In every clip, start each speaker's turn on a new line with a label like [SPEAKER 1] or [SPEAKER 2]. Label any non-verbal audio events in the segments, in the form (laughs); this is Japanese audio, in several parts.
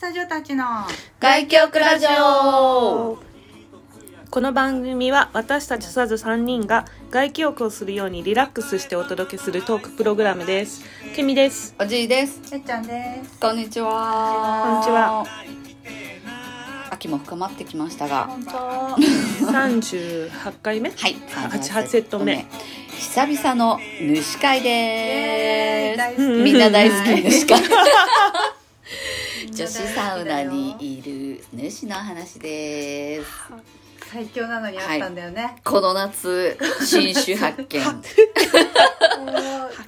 [SPEAKER 1] タジオたちの
[SPEAKER 2] 外局ラジオ
[SPEAKER 3] この番組は私たちサズ3人が外記憶をするようにリラックスしてお届けするトークプログラムです。ケミです。
[SPEAKER 2] おじいです
[SPEAKER 1] えっちゃんです
[SPEAKER 2] こんにちは
[SPEAKER 3] こんにちは
[SPEAKER 2] 秋も深まってきましたが
[SPEAKER 1] 本当
[SPEAKER 3] 38回目
[SPEAKER 2] はい
[SPEAKER 3] 88セット目
[SPEAKER 2] 久々の主会
[SPEAKER 1] えー
[SPEAKER 2] で
[SPEAKER 1] 大好
[SPEAKER 2] す
[SPEAKER 1] き
[SPEAKER 2] みんな大好き主会
[SPEAKER 1] 女
[SPEAKER 2] 女子
[SPEAKER 1] 子
[SPEAKER 2] サウナにいる主の話です
[SPEAKER 1] 最強なのにあったんだよね、
[SPEAKER 2] この夏新種発見
[SPEAKER 3] 吐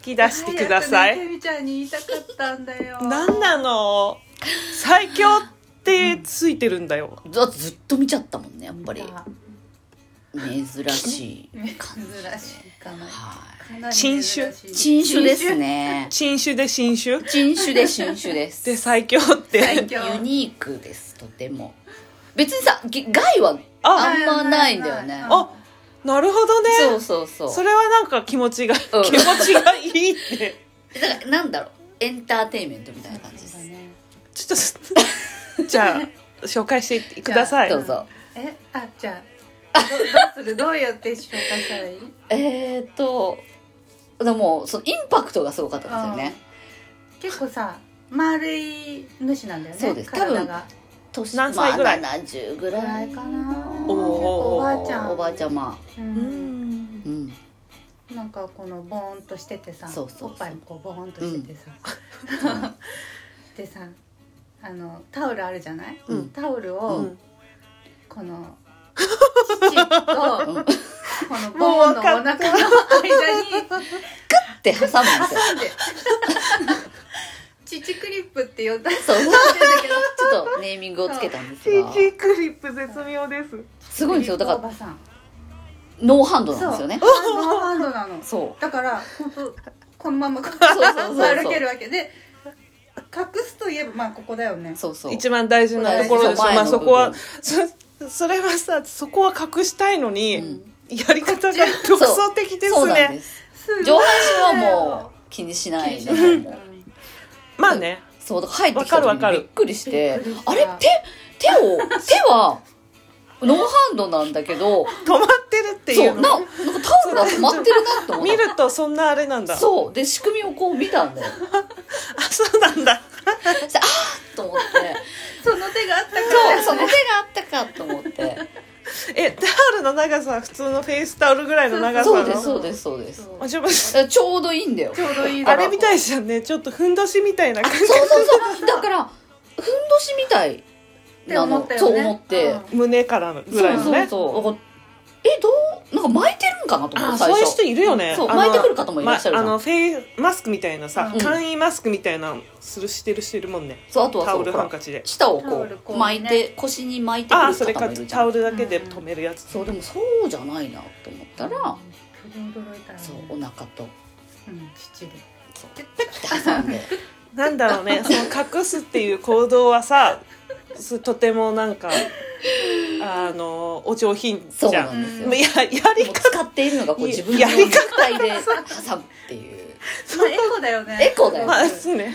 [SPEAKER 3] き出してくださ
[SPEAKER 1] 早く
[SPEAKER 3] い。
[SPEAKER 1] ねケミちゃんに言いたかったんだよ
[SPEAKER 3] なんなの最強ってついてるんだよ。
[SPEAKER 2] だってずっと見ちゃったもんねやっぱり
[SPEAKER 1] あ
[SPEAKER 2] 珍しい
[SPEAKER 1] 珍しいかな
[SPEAKER 2] は
[SPEAKER 1] かなり
[SPEAKER 3] 新
[SPEAKER 1] 珍し
[SPEAKER 3] 種
[SPEAKER 2] い
[SPEAKER 1] い
[SPEAKER 2] 新種ですね
[SPEAKER 3] 新種で新種
[SPEAKER 2] 新種で新種です
[SPEAKER 3] で最強って
[SPEAKER 1] 最。
[SPEAKER 2] ユ
[SPEAKER 1] 強
[SPEAKER 2] ニークですとても別にさぎ害は
[SPEAKER 3] あ、
[SPEAKER 2] あんまないんだよね
[SPEAKER 3] あなるほどね。
[SPEAKER 2] そうそうそう
[SPEAKER 3] それはなんか気持ちが、
[SPEAKER 2] うん
[SPEAKER 3] 気持ちがいいって。
[SPEAKER 2] だからなんだろうエンターテインメントみたいな感じです
[SPEAKER 3] ちょっと、じ (laughs) ゃあ、紹介してください
[SPEAKER 2] ど。うぞ
[SPEAKER 1] えあじゃあどどうするどうやって紹介したらいい
[SPEAKER 2] えーっとでもそのインパクトがすごかったですよね
[SPEAKER 1] 結構さ丸い主なんだよね
[SPEAKER 2] そうです
[SPEAKER 1] 体が
[SPEAKER 2] 年
[SPEAKER 3] 何歳ぐらい
[SPEAKER 2] まあ、70ぐらいかな
[SPEAKER 1] お
[SPEAKER 3] ー
[SPEAKER 2] お
[SPEAKER 3] お
[SPEAKER 2] ば
[SPEAKER 3] ば
[SPEAKER 2] あ
[SPEAKER 3] あ
[SPEAKER 2] ち
[SPEAKER 3] ち
[SPEAKER 2] ゃんおばあちゃま
[SPEAKER 1] う
[SPEAKER 3] うんん
[SPEAKER 2] うん
[SPEAKER 1] なんかこのボーンとしててさ
[SPEAKER 2] そうそうそう
[SPEAKER 1] おっぱいもこうボーンとしててさ、 (laughs) でさあのタオルあるじゃない、
[SPEAKER 2] うん
[SPEAKER 1] タオル
[SPEAKER 3] う
[SPEAKER 1] を
[SPEAKER 3] ん
[SPEAKER 1] こ
[SPEAKER 2] (laughs)
[SPEAKER 1] の父とこ
[SPEAKER 2] うん
[SPEAKER 1] のボーンのお腹の間に
[SPEAKER 2] って挟むんですよ
[SPEAKER 1] (laughs) 父クリップって呼んだ
[SPEAKER 2] そうそうだけどちょっとネーミングをつけたんですが
[SPEAKER 3] クリップ絶妙です。
[SPEAKER 2] すごいんですよだ
[SPEAKER 1] お
[SPEAKER 2] から
[SPEAKER 1] ばさん
[SPEAKER 2] ノーハンドなんですよね
[SPEAKER 1] そうあのハンドなの
[SPEAKER 2] そう
[SPEAKER 1] だから本当このままこう
[SPEAKER 2] そうそうそう
[SPEAKER 1] 歩けるわけで隠すといえばまあここだよね
[SPEAKER 2] そうそう
[SPEAKER 3] 一番大事なところです
[SPEAKER 2] そう
[SPEAKER 3] まあそこ
[SPEAKER 2] 前の
[SPEAKER 3] はそそれはさそこは隠したいのに、
[SPEAKER 2] うん
[SPEAKER 3] やり方が独創的で
[SPEAKER 2] そう
[SPEAKER 3] す
[SPEAKER 2] なん
[SPEAKER 3] ね
[SPEAKER 2] です
[SPEAKER 1] すごい
[SPEAKER 2] 上半身はもう気にしないんだと思う
[SPEAKER 1] うん
[SPEAKER 3] まあね
[SPEAKER 2] そうだから入ってきた時
[SPEAKER 3] わかるわか
[SPEAKER 2] に
[SPEAKER 3] る
[SPEAKER 2] びっくりして
[SPEAKER 1] びっくりした
[SPEAKER 2] あれ手手を手はノーハンドなんだけど
[SPEAKER 3] 止まってるってい
[SPEAKER 2] そううななん
[SPEAKER 3] の
[SPEAKER 2] かタオルが止まってるなって思っ
[SPEAKER 3] 見るとそんなあれなん
[SPEAKER 2] た
[SPEAKER 3] だ
[SPEAKER 2] そうで仕組みをこう見た
[SPEAKER 3] (laughs)
[SPEAKER 2] んだよ
[SPEAKER 3] あそうなんだ
[SPEAKER 2] そしてあーと思って
[SPEAKER 1] その手があったか
[SPEAKER 2] そうその手があったかと思って
[SPEAKER 3] えタオルの長さは普通のフェイスタオルぐらいの長さ
[SPEAKER 2] そ
[SPEAKER 3] な
[SPEAKER 2] うです
[SPEAKER 3] の
[SPEAKER 2] そうですそうです
[SPEAKER 1] ら
[SPEAKER 3] あちょっと
[SPEAKER 2] だからちょうどいいんだよ
[SPEAKER 1] ちょうどいい
[SPEAKER 3] あれみ
[SPEAKER 1] い
[SPEAKER 3] たいじゃんねちょっとふんどしみたいな感
[SPEAKER 2] そうそうそうだからふんどしみたいなの
[SPEAKER 1] って思ったよ
[SPEAKER 2] そう
[SPEAKER 1] ね
[SPEAKER 2] 思って、
[SPEAKER 1] うん
[SPEAKER 3] じ胸からのぐらいのね
[SPEAKER 2] そうそうそうだからえどうなんか巻いてるんかなと思っ
[SPEAKER 3] あ
[SPEAKER 2] て
[SPEAKER 3] そ
[SPEAKER 2] 最
[SPEAKER 3] ういう
[SPEAKER 2] 初
[SPEAKER 3] 人いるよね
[SPEAKER 2] そう
[SPEAKER 3] あの
[SPEAKER 2] 巻いてくる方もいらっしゃるじゃん
[SPEAKER 3] まあのフェイマスクみたいなさ、
[SPEAKER 1] うん
[SPEAKER 3] 簡易マスクみたいなのするしてる人いるもんね
[SPEAKER 2] そうあとは
[SPEAKER 3] タ
[SPEAKER 2] そ
[SPEAKER 3] オ
[SPEAKER 2] う
[SPEAKER 3] ル
[SPEAKER 2] ほ
[SPEAKER 3] ハ
[SPEAKER 2] ら
[SPEAKER 3] ンカチで
[SPEAKER 2] 舌を
[SPEAKER 1] タオ
[SPEAKER 2] こ
[SPEAKER 1] ルこう
[SPEAKER 2] う
[SPEAKER 1] ね
[SPEAKER 2] 巻いて腰に巻いてく
[SPEAKER 3] あ
[SPEAKER 2] る
[SPEAKER 3] あそれ
[SPEAKER 2] 方
[SPEAKER 3] か
[SPEAKER 2] もいるじ
[SPEAKER 3] タ
[SPEAKER 2] ゃん
[SPEAKER 3] オルだけで止めるやつ、
[SPEAKER 2] そうでもそうじゃないなと思った
[SPEAKER 1] 驚
[SPEAKER 2] ら
[SPEAKER 1] いたよね
[SPEAKER 2] そうお腹と
[SPEAKER 1] うん父で
[SPEAKER 2] そうペッて挟
[SPEAKER 3] (laughs)
[SPEAKER 2] んで
[SPEAKER 3] なんだろうねその隠すっていう行動はさすとてもなん
[SPEAKER 2] (laughs)
[SPEAKER 3] かあのお上品
[SPEAKER 2] そう
[SPEAKER 3] じゃ
[SPEAKER 2] なんんですよ
[SPEAKER 1] う
[SPEAKER 3] い
[SPEAKER 2] も
[SPEAKER 3] ややり
[SPEAKER 2] う
[SPEAKER 3] 方
[SPEAKER 2] 使っているのがこう
[SPEAKER 3] い
[SPEAKER 2] 自分の
[SPEAKER 3] やり
[SPEAKER 2] 肉体で挟むっていう
[SPEAKER 1] まあエコだよね
[SPEAKER 2] エコだよね
[SPEAKER 3] まあ
[SPEAKER 1] う
[SPEAKER 3] で
[SPEAKER 1] ん
[SPEAKER 3] すね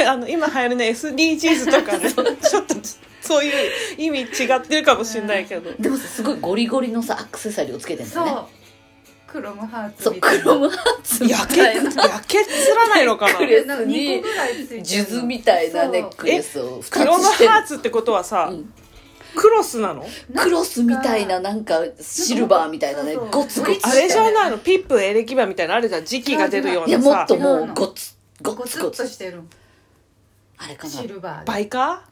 [SPEAKER 3] えあの今流行るね SDGs とかねちょっとそういう意味違ってるかもしれないけど、
[SPEAKER 2] でもさすごいゴリゴリのさアクセサリーをつけてんだ
[SPEAKER 1] そ
[SPEAKER 2] よね
[SPEAKER 1] うクロムハーツ
[SPEAKER 2] そうクロムハーツみ
[SPEAKER 3] や
[SPEAKER 2] た
[SPEAKER 3] けや
[SPEAKER 2] いな
[SPEAKER 3] けつらないのかな
[SPEAKER 2] びっくり
[SPEAKER 1] なんか2個ぐらいついてる
[SPEAKER 2] 数珠みたいなネックレスを2つして
[SPEAKER 3] クロムハーツってことはさ、
[SPEAKER 2] うん
[SPEAKER 3] クロスなの
[SPEAKER 2] クロスみたいななんかシルバーみたいなね
[SPEAKER 1] そうそう
[SPEAKER 2] ゴツゴツ
[SPEAKER 3] あれじゃないのピップエレキバみたいなのあるじゃん時期が出るよう
[SPEAKER 2] いや
[SPEAKER 3] な
[SPEAKER 2] もっ
[SPEAKER 3] さ
[SPEAKER 2] ともうゴツゴ
[SPEAKER 1] ゴ
[SPEAKER 2] ツ
[SPEAKER 1] ツ
[SPEAKER 2] ゴ
[SPEAKER 1] ッと
[SPEAKER 2] ツ
[SPEAKER 1] してる
[SPEAKER 2] あれかな
[SPEAKER 1] シルバーで
[SPEAKER 3] バイカ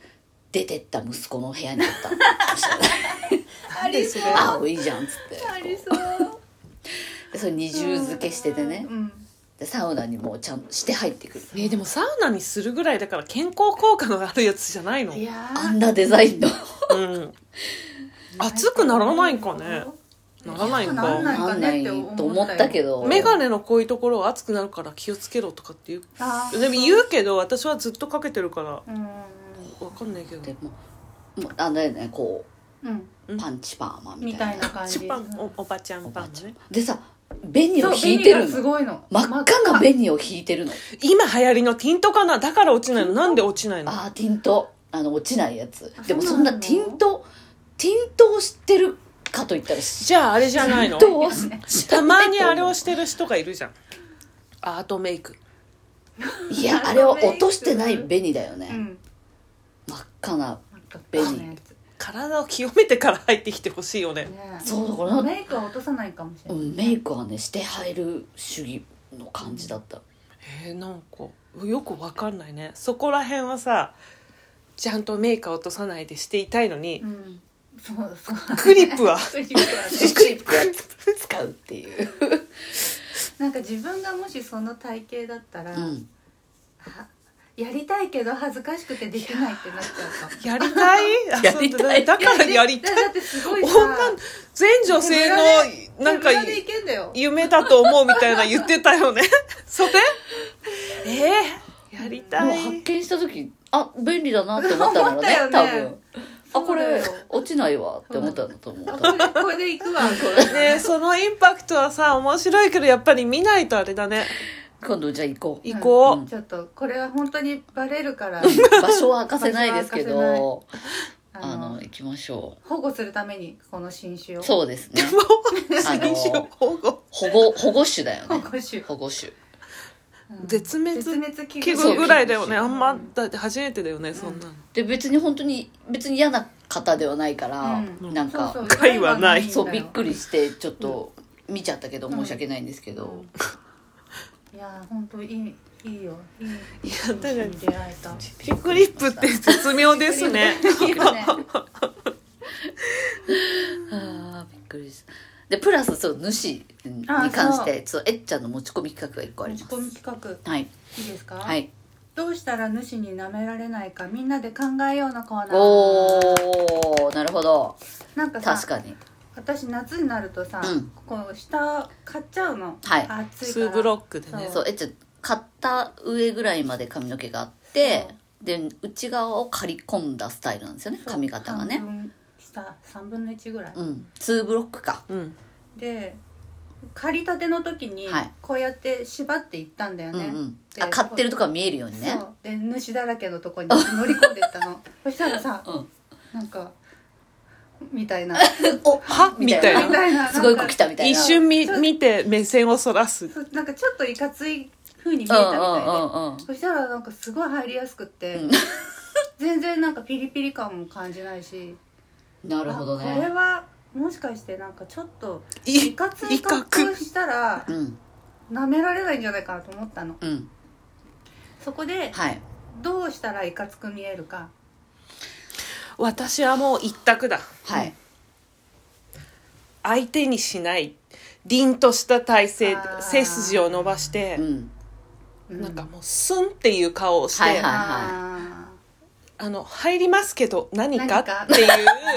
[SPEAKER 2] 出てった息子の部屋にあった
[SPEAKER 3] ーなんでそれ
[SPEAKER 2] ああいいじゃんっつって
[SPEAKER 1] ありそう
[SPEAKER 2] でそれ二重付けしててね
[SPEAKER 1] うん
[SPEAKER 2] でサウナにもうちゃんとして入ってくる
[SPEAKER 3] ねえでもサウナにするぐらいだから健康効果のあるやつじゃないの
[SPEAKER 1] いや
[SPEAKER 2] あんなデザインの
[SPEAKER 3] うん熱くならないんかねならないん
[SPEAKER 1] なら
[SPEAKER 3] か
[SPEAKER 1] ない
[SPEAKER 2] なんないと思ったけど
[SPEAKER 3] メガネのこういうところは熱くなるから気をつけろとかっていう
[SPEAKER 1] あー
[SPEAKER 3] でも言うけど私はずっとかけてるから
[SPEAKER 1] うん
[SPEAKER 3] わかんないけど
[SPEAKER 2] でももうあのねこ
[SPEAKER 1] うん
[SPEAKER 2] うパンチパーマみ
[SPEAKER 1] み
[SPEAKER 2] た
[SPEAKER 1] た
[SPEAKER 2] い
[SPEAKER 1] い
[SPEAKER 2] な
[SPEAKER 1] な感
[SPEAKER 3] シ
[SPEAKER 1] じ
[SPEAKER 3] ュパンおおばちゃんパンね
[SPEAKER 2] でさ紅
[SPEAKER 1] そ
[SPEAKER 2] を
[SPEAKER 1] う
[SPEAKER 2] 引い
[SPEAKER 1] 紅
[SPEAKER 2] て
[SPEAKER 1] が
[SPEAKER 2] る
[SPEAKER 1] す
[SPEAKER 2] の
[SPEAKER 1] ごいの
[SPEAKER 2] 真っ赤な紅を引いてるの
[SPEAKER 3] 今流行りのティントかなだから落ちないのなんで落ちないの
[SPEAKER 2] あーティントあの落ちないやつ
[SPEAKER 1] あ
[SPEAKER 2] でも
[SPEAKER 1] そ
[SPEAKER 2] そう
[SPEAKER 1] なんの
[SPEAKER 2] なティントティントを知ってるかといったら知
[SPEAKER 3] じゃああれじゃないの
[SPEAKER 2] っとう知らない
[SPEAKER 3] たまにあれを
[SPEAKER 2] と
[SPEAKER 3] してる人がいるじゃんアートメイク
[SPEAKER 2] 思ういやあれは落としてない紅だよね、
[SPEAKER 1] うん
[SPEAKER 2] 真っ赤な
[SPEAKER 1] なんか
[SPEAKER 2] ベリー
[SPEAKER 1] こんなやつ
[SPEAKER 3] 体を清めてから入ってきてほしいよね
[SPEAKER 1] ね
[SPEAKER 2] そうだから
[SPEAKER 1] メイクは落とさないかもしれ
[SPEAKER 2] う
[SPEAKER 1] ない、
[SPEAKER 2] んメイクはねして入る主義の感じだった
[SPEAKER 3] えー、なんかよくわかんないねそこら辺はさちゃんとメイクは落とさないでしていたいのに、
[SPEAKER 1] うんそうそう
[SPEAKER 2] (laughs)
[SPEAKER 3] クリップは
[SPEAKER 1] クリップはね
[SPEAKER 2] クリップは使うっていう、
[SPEAKER 1] なんか自分がもしその体型だったら、
[SPEAKER 2] うん、
[SPEAKER 1] はやりたいけど恥ずかしくてできないってなっちゃうかも
[SPEAKER 3] やりたい (laughs)
[SPEAKER 2] やりたい
[SPEAKER 3] あそうだだから (laughs) やり
[SPEAKER 1] だ
[SPEAKER 3] たい
[SPEAKER 1] だってすごいさ
[SPEAKER 3] 女全女性のなんか
[SPEAKER 1] 手ぶらでいけんだよ
[SPEAKER 3] 夢だと思うみたいな言ってたよね (laughs) それえー、やり
[SPEAKER 2] も
[SPEAKER 3] た
[SPEAKER 2] う発
[SPEAKER 3] い
[SPEAKER 2] 見した時あ便利だなって思ったんだろうね
[SPEAKER 1] 思った
[SPEAKER 2] 多
[SPEAKER 1] よね
[SPEAKER 2] 分あこれ
[SPEAKER 1] そうだよ
[SPEAKER 2] 落ちないわって思ったんだと思う多
[SPEAKER 1] これ
[SPEAKER 2] 分
[SPEAKER 1] これでいくわ
[SPEAKER 3] ねそのインパクトはさ面白いけどやっぱり見ないとあれだね
[SPEAKER 2] 今度じゃあ行こう
[SPEAKER 3] 行こう、
[SPEAKER 1] ちょっとこれは本当にバレるから
[SPEAKER 2] 場所は明かせないですけ
[SPEAKER 1] 場
[SPEAKER 2] ど
[SPEAKER 1] あ
[SPEAKER 2] あ
[SPEAKER 1] の
[SPEAKER 2] の行きましょ
[SPEAKER 1] 保護するためにこの新種
[SPEAKER 2] う
[SPEAKER 1] を
[SPEAKER 2] そうですねあの
[SPEAKER 3] 最初保護
[SPEAKER 2] 保護保護種だよ
[SPEAKER 1] 保
[SPEAKER 2] ね
[SPEAKER 1] 護種、
[SPEAKER 2] 保護種
[SPEAKER 1] うん
[SPEAKER 3] 絶滅
[SPEAKER 1] 絶滅危
[SPEAKER 3] 結
[SPEAKER 1] 惧
[SPEAKER 3] 構
[SPEAKER 1] 種
[SPEAKER 3] ぐらいだよね
[SPEAKER 2] そう
[SPEAKER 3] あんまだって初めてだよねそんなの
[SPEAKER 2] で別に本当に別に嫌な方ではないから、
[SPEAKER 1] うん
[SPEAKER 2] なんか
[SPEAKER 1] そうそう
[SPEAKER 3] 害はない
[SPEAKER 1] 害
[SPEAKER 2] そう
[SPEAKER 1] はんだ
[SPEAKER 2] びっ
[SPEAKER 1] よ
[SPEAKER 2] くりしてちょっと見ちゃったけど
[SPEAKER 1] うん
[SPEAKER 2] 申し訳ないんですけど、
[SPEAKER 1] いや本当いいいいよいいい
[SPEAKER 3] やだから
[SPEAKER 1] 出会えた
[SPEAKER 3] ピクリップって絶妙ですね
[SPEAKER 1] いいよね
[SPEAKER 2] あーびっくりしたでプラスそう主に
[SPEAKER 1] あー
[SPEAKER 2] 関してそうえっちゃんの持ち込み企画が1個あ
[SPEAKER 1] 持
[SPEAKER 2] り
[SPEAKER 1] ち
[SPEAKER 2] ます
[SPEAKER 1] 込み企画
[SPEAKER 2] はい
[SPEAKER 1] いいですか、
[SPEAKER 2] はい
[SPEAKER 1] どうしたら主に舐められないかみんなで考えようのコーナー
[SPEAKER 2] おおなるほど
[SPEAKER 1] なんかさ
[SPEAKER 2] 確かに
[SPEAKER 1] 私夏になるとさ、
[SPEAKER 2] うん
[SPEAKER 1] ここ下買っちゃうの、
[SPEAKER 2] はい
[SPEAKER 1] 暑いから
[SPEAKER 3] 2ブロックでね
[SPEAKER 2] そうえっちゃん買った上ぐらいまで髪の毛があってで内側を刈り込んだスタイルなんですよね
[SPEAKER 1] そう
[SPEAKER 2] 髪型がね
[SPEAKER 1] 半分下3分の1ぐらい、
[SPEAKER 2] うん2ブロックか
[SPEAKER 3] うん
[SPEAKER 1] で借りたての時に
[SPEAKER 2] はい
[SPEAKER 1] こうやって縛っていったんだよ
[SPEAKER 2] うん
[SPEAKER 1] ね、
[SPEAKER 2] うん
[SPEAKER 1] で
[SPEAKER 2] あ買ってるとこが見えるようにね
[SPEAKER 1] そうで主だらけのとこに乗り込んでいった
[SPEAKER 2] (laughs)
[SPEAKER 1] のそしたらさ
[SPEAKER 2] うん (laughs)
[SPEAKER 1] なんかみたいな
[SPEAKER 2] お
[SPEAKER 3] はみたい
[SPEAKER 1] み
[SPEAKER 3] な
[SPEAKER 1] たいな
[SPEAKER 2] (laughs) すごい子
[SPEAKER 1] なん
[SPEAKER 2] 来
[SPEAKER 1] か
[SPEAKER 2] たみたい
[SPEAKER 3] 一
[SPEAKER 2] な
[SPEAKER 3] 瞬み見て目線をそらす
[SPEAKER 1] そうなんかちょっといかつい風に見え
[SPEAKER 2] うん
[SPEAKER 1] たみ
[SPEAKER 2] う
[SPEAKER 1] たいで、
[SPEAKER 2] んうんうん
[SPEAKER 1] そしたらなんかすごい入りやすくって、
[SPEAKER 2] うん
[SPEAKER 1] 全然なんかピリピリ感も感じないし
[SPEAKER 2] なるほど
[SPEAKER 1] あこれ
[SPEAKER 2] ね
[SPEAKER 1] はもしかしてなんかちょっと
[SPEAKER 3] い
[SPEAKER 1] いかつ
[SPEAKER 3] 威
[SPEAKER 1] い
[SPEAKER 3] 嚇
[SPEAKER 1] 格好したら
[SPEAKER 2] うん
[SPEAKER 1] 舐められないんじゃないかなと思ったの
[SPEAKER 2] うん
[SPEAKER 1] そこで
[SPEAKER 2] はい
[SPEAKER 1] どうしたらいかつく見えるか
[SPEAKER 3] 私はもう一択だ
[SPEAKER 2] はい
[SPEAKER 3] 相手にしない凛とした体勢
[SPEAKER 1] あー
[SPEAKER 3] 背筋を伸ばして
[SPEAKER 2] う、ん
[SPEAKER 3] なんかもうスンっていう顔をして、
[SPEAKER 2] はいはい
[SPEAKER 1] あ
[SPEAKER 3] あの入りますけど何か
[SPEAKER 1] 何か
[SPEAKER 3] っていう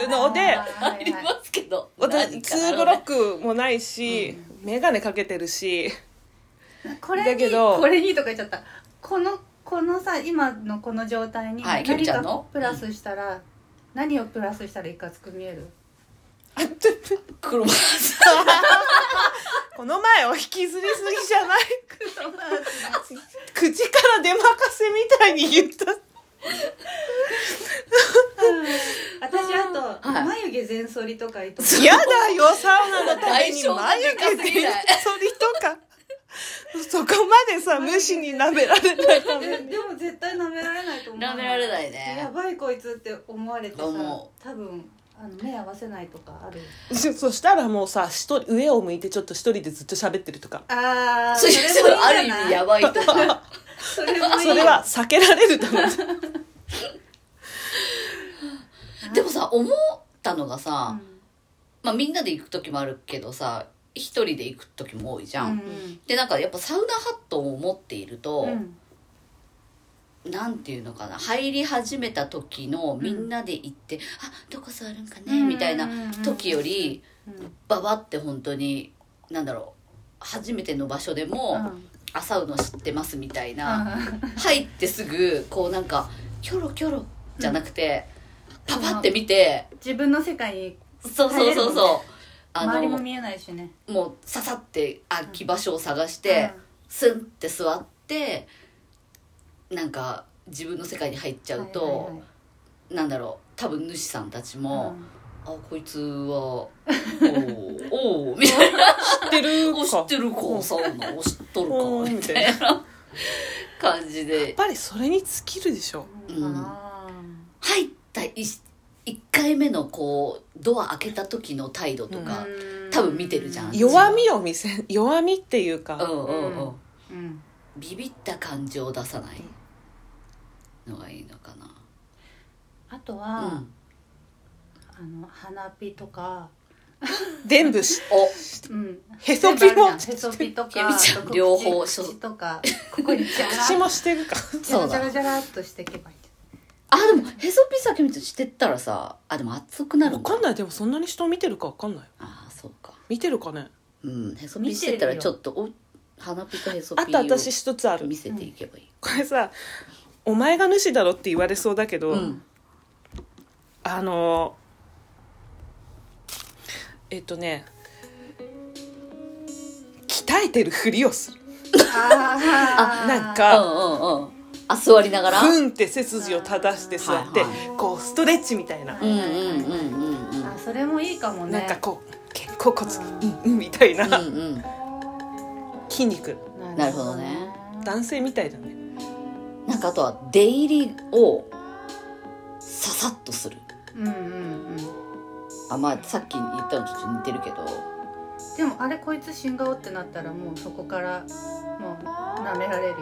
[SPEAKER 1] ー
[SPEAKER 3] ので
[SPEAKER 1] (laughs) あーはいはい
[SPEAKER 2] すけど
[SPEAKER 3] 私2ブロックもないし、眼鏡かけてるし
[SPEAKER 1] これに
[SPEAKER 3] だけど
[SPEAKER 1] これにとか言っちゃったこのこのさ今のこの状態に
[SPEAKER 2] はいケル
[SPEAKER 1] 何
[SPEAKER 2] ちゃんの
[SPEAKER 1] かプラスしたら、何をプラスしたらいかつく見え
[SPEAKER 3] (laughs)
[SPEAKER 1] る
[SPEAKER 2] (laughs) 黒マ
[SPEAKER 3] この前を引きずりすぎじゃない (laughs) 口から出まかせみたいに言った
[SPEAKER 1] 私あと、
[SPEAKER 2] はい
[SPEAKER 1] 眉毛全剃りとかいと
[SPEAKER 3] 嫌だよサウナのために
[SPEAKER 2] 代償が
[SPEAKER 3] 眉
[SPEAKER 2] でか
[SPEAKER 3] 毛
[SPEAKER 2] す
[SPEAKER 3] で
[SPEAKER 2] ぎ
[SPEAKER 3] 剃り
[SPEAKER 2] ない
[SPEAKER 3] とか (laughs) そこまでさ無視に舐められな
[SPEAKER 2] (laughs)
[SPEAKER 3] いため
[SPEAKER 1] で
[SPEAKER 3] に
[SPEAKER 1] でも絶対舐められないと思う
[SPEAKER 2] 舐められないね
[SPEAKER 1] やばいこいつって思われてさ
[SPEAKER 2] 思
[SPEAKER 1] 多分あの目合わせないとかある
[SPEAKER 3] そそしたらもうさ一人上を向いてちょっと一人でずっと喋ってるとか
[SPEAKER 1] ああ
[SPEAKER 2] それそれある意味やばいとか
[SPEAKER 1] それもいい
[SPEAKER 3] それは避けられると思 (laughs) う
[SPEAKER 2] でもさ思ったのがさ、
[SPEAKER 1] うん
[SPEAKER 2] まあ、みんなで行く時もあるけどさ一人で行く時も多いじゃん、
[SPEAKER 1] うん
[SPEAKER 2] でなんかやっぱサウナハットを持っていると、
[SPEAKER 1] うん
[SPEAKER 2] なんていうのかな入り始めた時のみんなで行って、あどこ座るんかね、
[SPEAKER 1] うん
[SPEAKER 2] みたいな時より
[SPEAKER 1] うん
[SPEAKER 2] ババって本当になんだろう初めての場所でも、あサウナ知ってますみたいな、入ってすぐこうなんかキョロキョロじゃなくて、パパって見て、
[SPEAKER 1] 自分の世界に
[SPEAKER 2] そうそうそうそう、あ
[SPEAKER 1] 周りも
[SPEAKER 2] の
[SPEAKER 1] 見えないしね
[SPEAKER 2] もうささって空き場所を探して、スンって座ってなんか自分の世界に入っちゃうと、
[SPEAKER 1] はいはいはい
[SPEAKER 2] なんだろう多分主さんたちも、あこいつはおーおーみたいな
[SPEAKER 3] 知ってる
[SPEAKER 2] お知ってるかサウナお知っとるかみたいな感じ
[SPEAKER 3] や
[SPEAKER 2] で
[SPEAKER 3] っぱりそれに尽きるでしょ
[SPEAKER 1] うん
[SPEAKER 2] うん
[SPEAKER 1] あ
[SPEAKER 2] 入った1回目のこうドア開けた時の態度と
[SPEAKER 1] ー
[SPEAKER 2] か、
[SPEAKER 1] うん
[SPEAKER 2] 多分見てるじゃん
[SPEAKER 3] 弱みを見せ弱みっていうか、
[SPEAKER 2] うんうんうん、
[SPEAKER 1] うんうん
[SPEAKER 2] ビビった感じを出さないのがいいのか
[SPEAKER 1] あと
[SPEAKER 2] な、う
[SPEAKER 1] は、
[SPEAKER 2] ん、
[SPEAKER 1] あの花火とか、
[SPEAKER 3] 全部し
[SPEAKER 2] お
[SPEAKER 1] うん、
[SPEAKER 3] へそピも
[SPEAKER 1] へそピと
[SPEAKER 2] ゆ
[SPEAKER 1] か
[SPEAKER 2] みちゃん
[SPEAKER 1] あと
[SPEAKER 2] 両方
[SPEAKER 1] 口口とかここにジャラ
[SPEAKER 3] 口もしてるか
[SPEAKER 1] ジャ
[SPEAKER 2] そ
[SPEAKER 1] ラ
[SPEAKER 2] う
[SPEAKER 1] ジャ
[SPEAKER 2] だ
[SPEAKER 1] ラジャラっとしていけばいいじ
[SPEAKER 2] あでもへそピさきみちゃんしてったらさあでも熱 (laughs) くなる
[SPEAKER 3] 分
[SPEAKER 2] んだ
[SPEAKER 3] かんないでもそんなに人見てるか分かんない
[SPEAKER 2] あーそうか
[SPEAKER 3] 見てるかね
[SPEAKER 2] うんへそピしてたらちょっとお鼻ピとへそ
[SPEAKER 3] あ
[SPEAKER 2] ピ
[SPEAKER 3] と
[SPEAKER 2] を
[SPEAKER 3] 私一つある
[SPEAKER 2] 見せていけばいい、
[SPEAKER 3] これさ「お前が主だろ」って言われそうだけど、
[SPEAKER 2] うん
[SPEAKER 3] あのえっとね鍛えてるふりをする
[SPEAKER 1] ゃんあー
[SPEAKER 3] なん
[SPEAKER 2] うん
[SPEAKER 3] か
[SPEAKER 2] うんうんあ座りながら
[SPEAKER 3] ふんって背筋を正して座って、
[SPEAKER 2] はい
[SPEAKER 3] こうストレッチみたいな、
[SPEAKER 2] うんうんうんうんうん
[SPEAKER 1] あそれもいいかもね
[SPEAKER 3] なんかこう肩甲骨うんうんみたいな、
[SPEAKER 2] うんうん
[SPEAKER 3] 筋肉
[SPEAKER 2] なるほどね
[SPEAKER 3] 男性みたいだね
[SPEAKER 2] なんかあとは出入りをささっとする
[SPEAKER 1] うんうんうん
[SPEAKER 2] あまあさっき言ったのとちょっと似てるけど
[SPEAKER 1] でもあれこいつ新顔ってなったらもうそこからもう舐めら
[SPEAKER 2] (laughs)
[SPEAKER 1] れるよ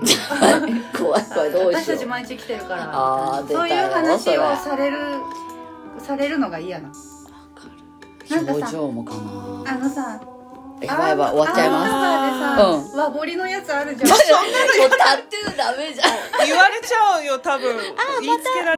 [SPEAKER 2] 怖い怖いどう
[SPEAKER 1] 私
[SPEAKER 2] した
[SPEAKER 1] ち
[SPEAKER 2] よう
[SPEAKER 1] 毎日来てるから
[SPEAKER 2] あー出
[SPEAKER 1] そ
[SPEAKER 2] た
[SPEAKER 1] う
[SPEAKER 2] よ
[SPEAKER 1] いう話を
[SPEAKER 2] そ
[SPEAKER 1] されるされるのが嫌ななんかさ
[SPEAKER 2] 表情もか
[SPEAKER 1] あ
[SPEAKER 2] な
[SPEAKER 1] のさ
[SPEAKER 2] やばいやばい終わっちゃいます
[SPEAKER 1] あのマスターでさ、
[SPEAKER 2] う
[SPEAKER 1] 和彫りのやつあるじゃん
[SPEAKER 2] もうタトゥーダメじゃん
[SPEAKER 3] 言われちゃうよ多分言いつけられ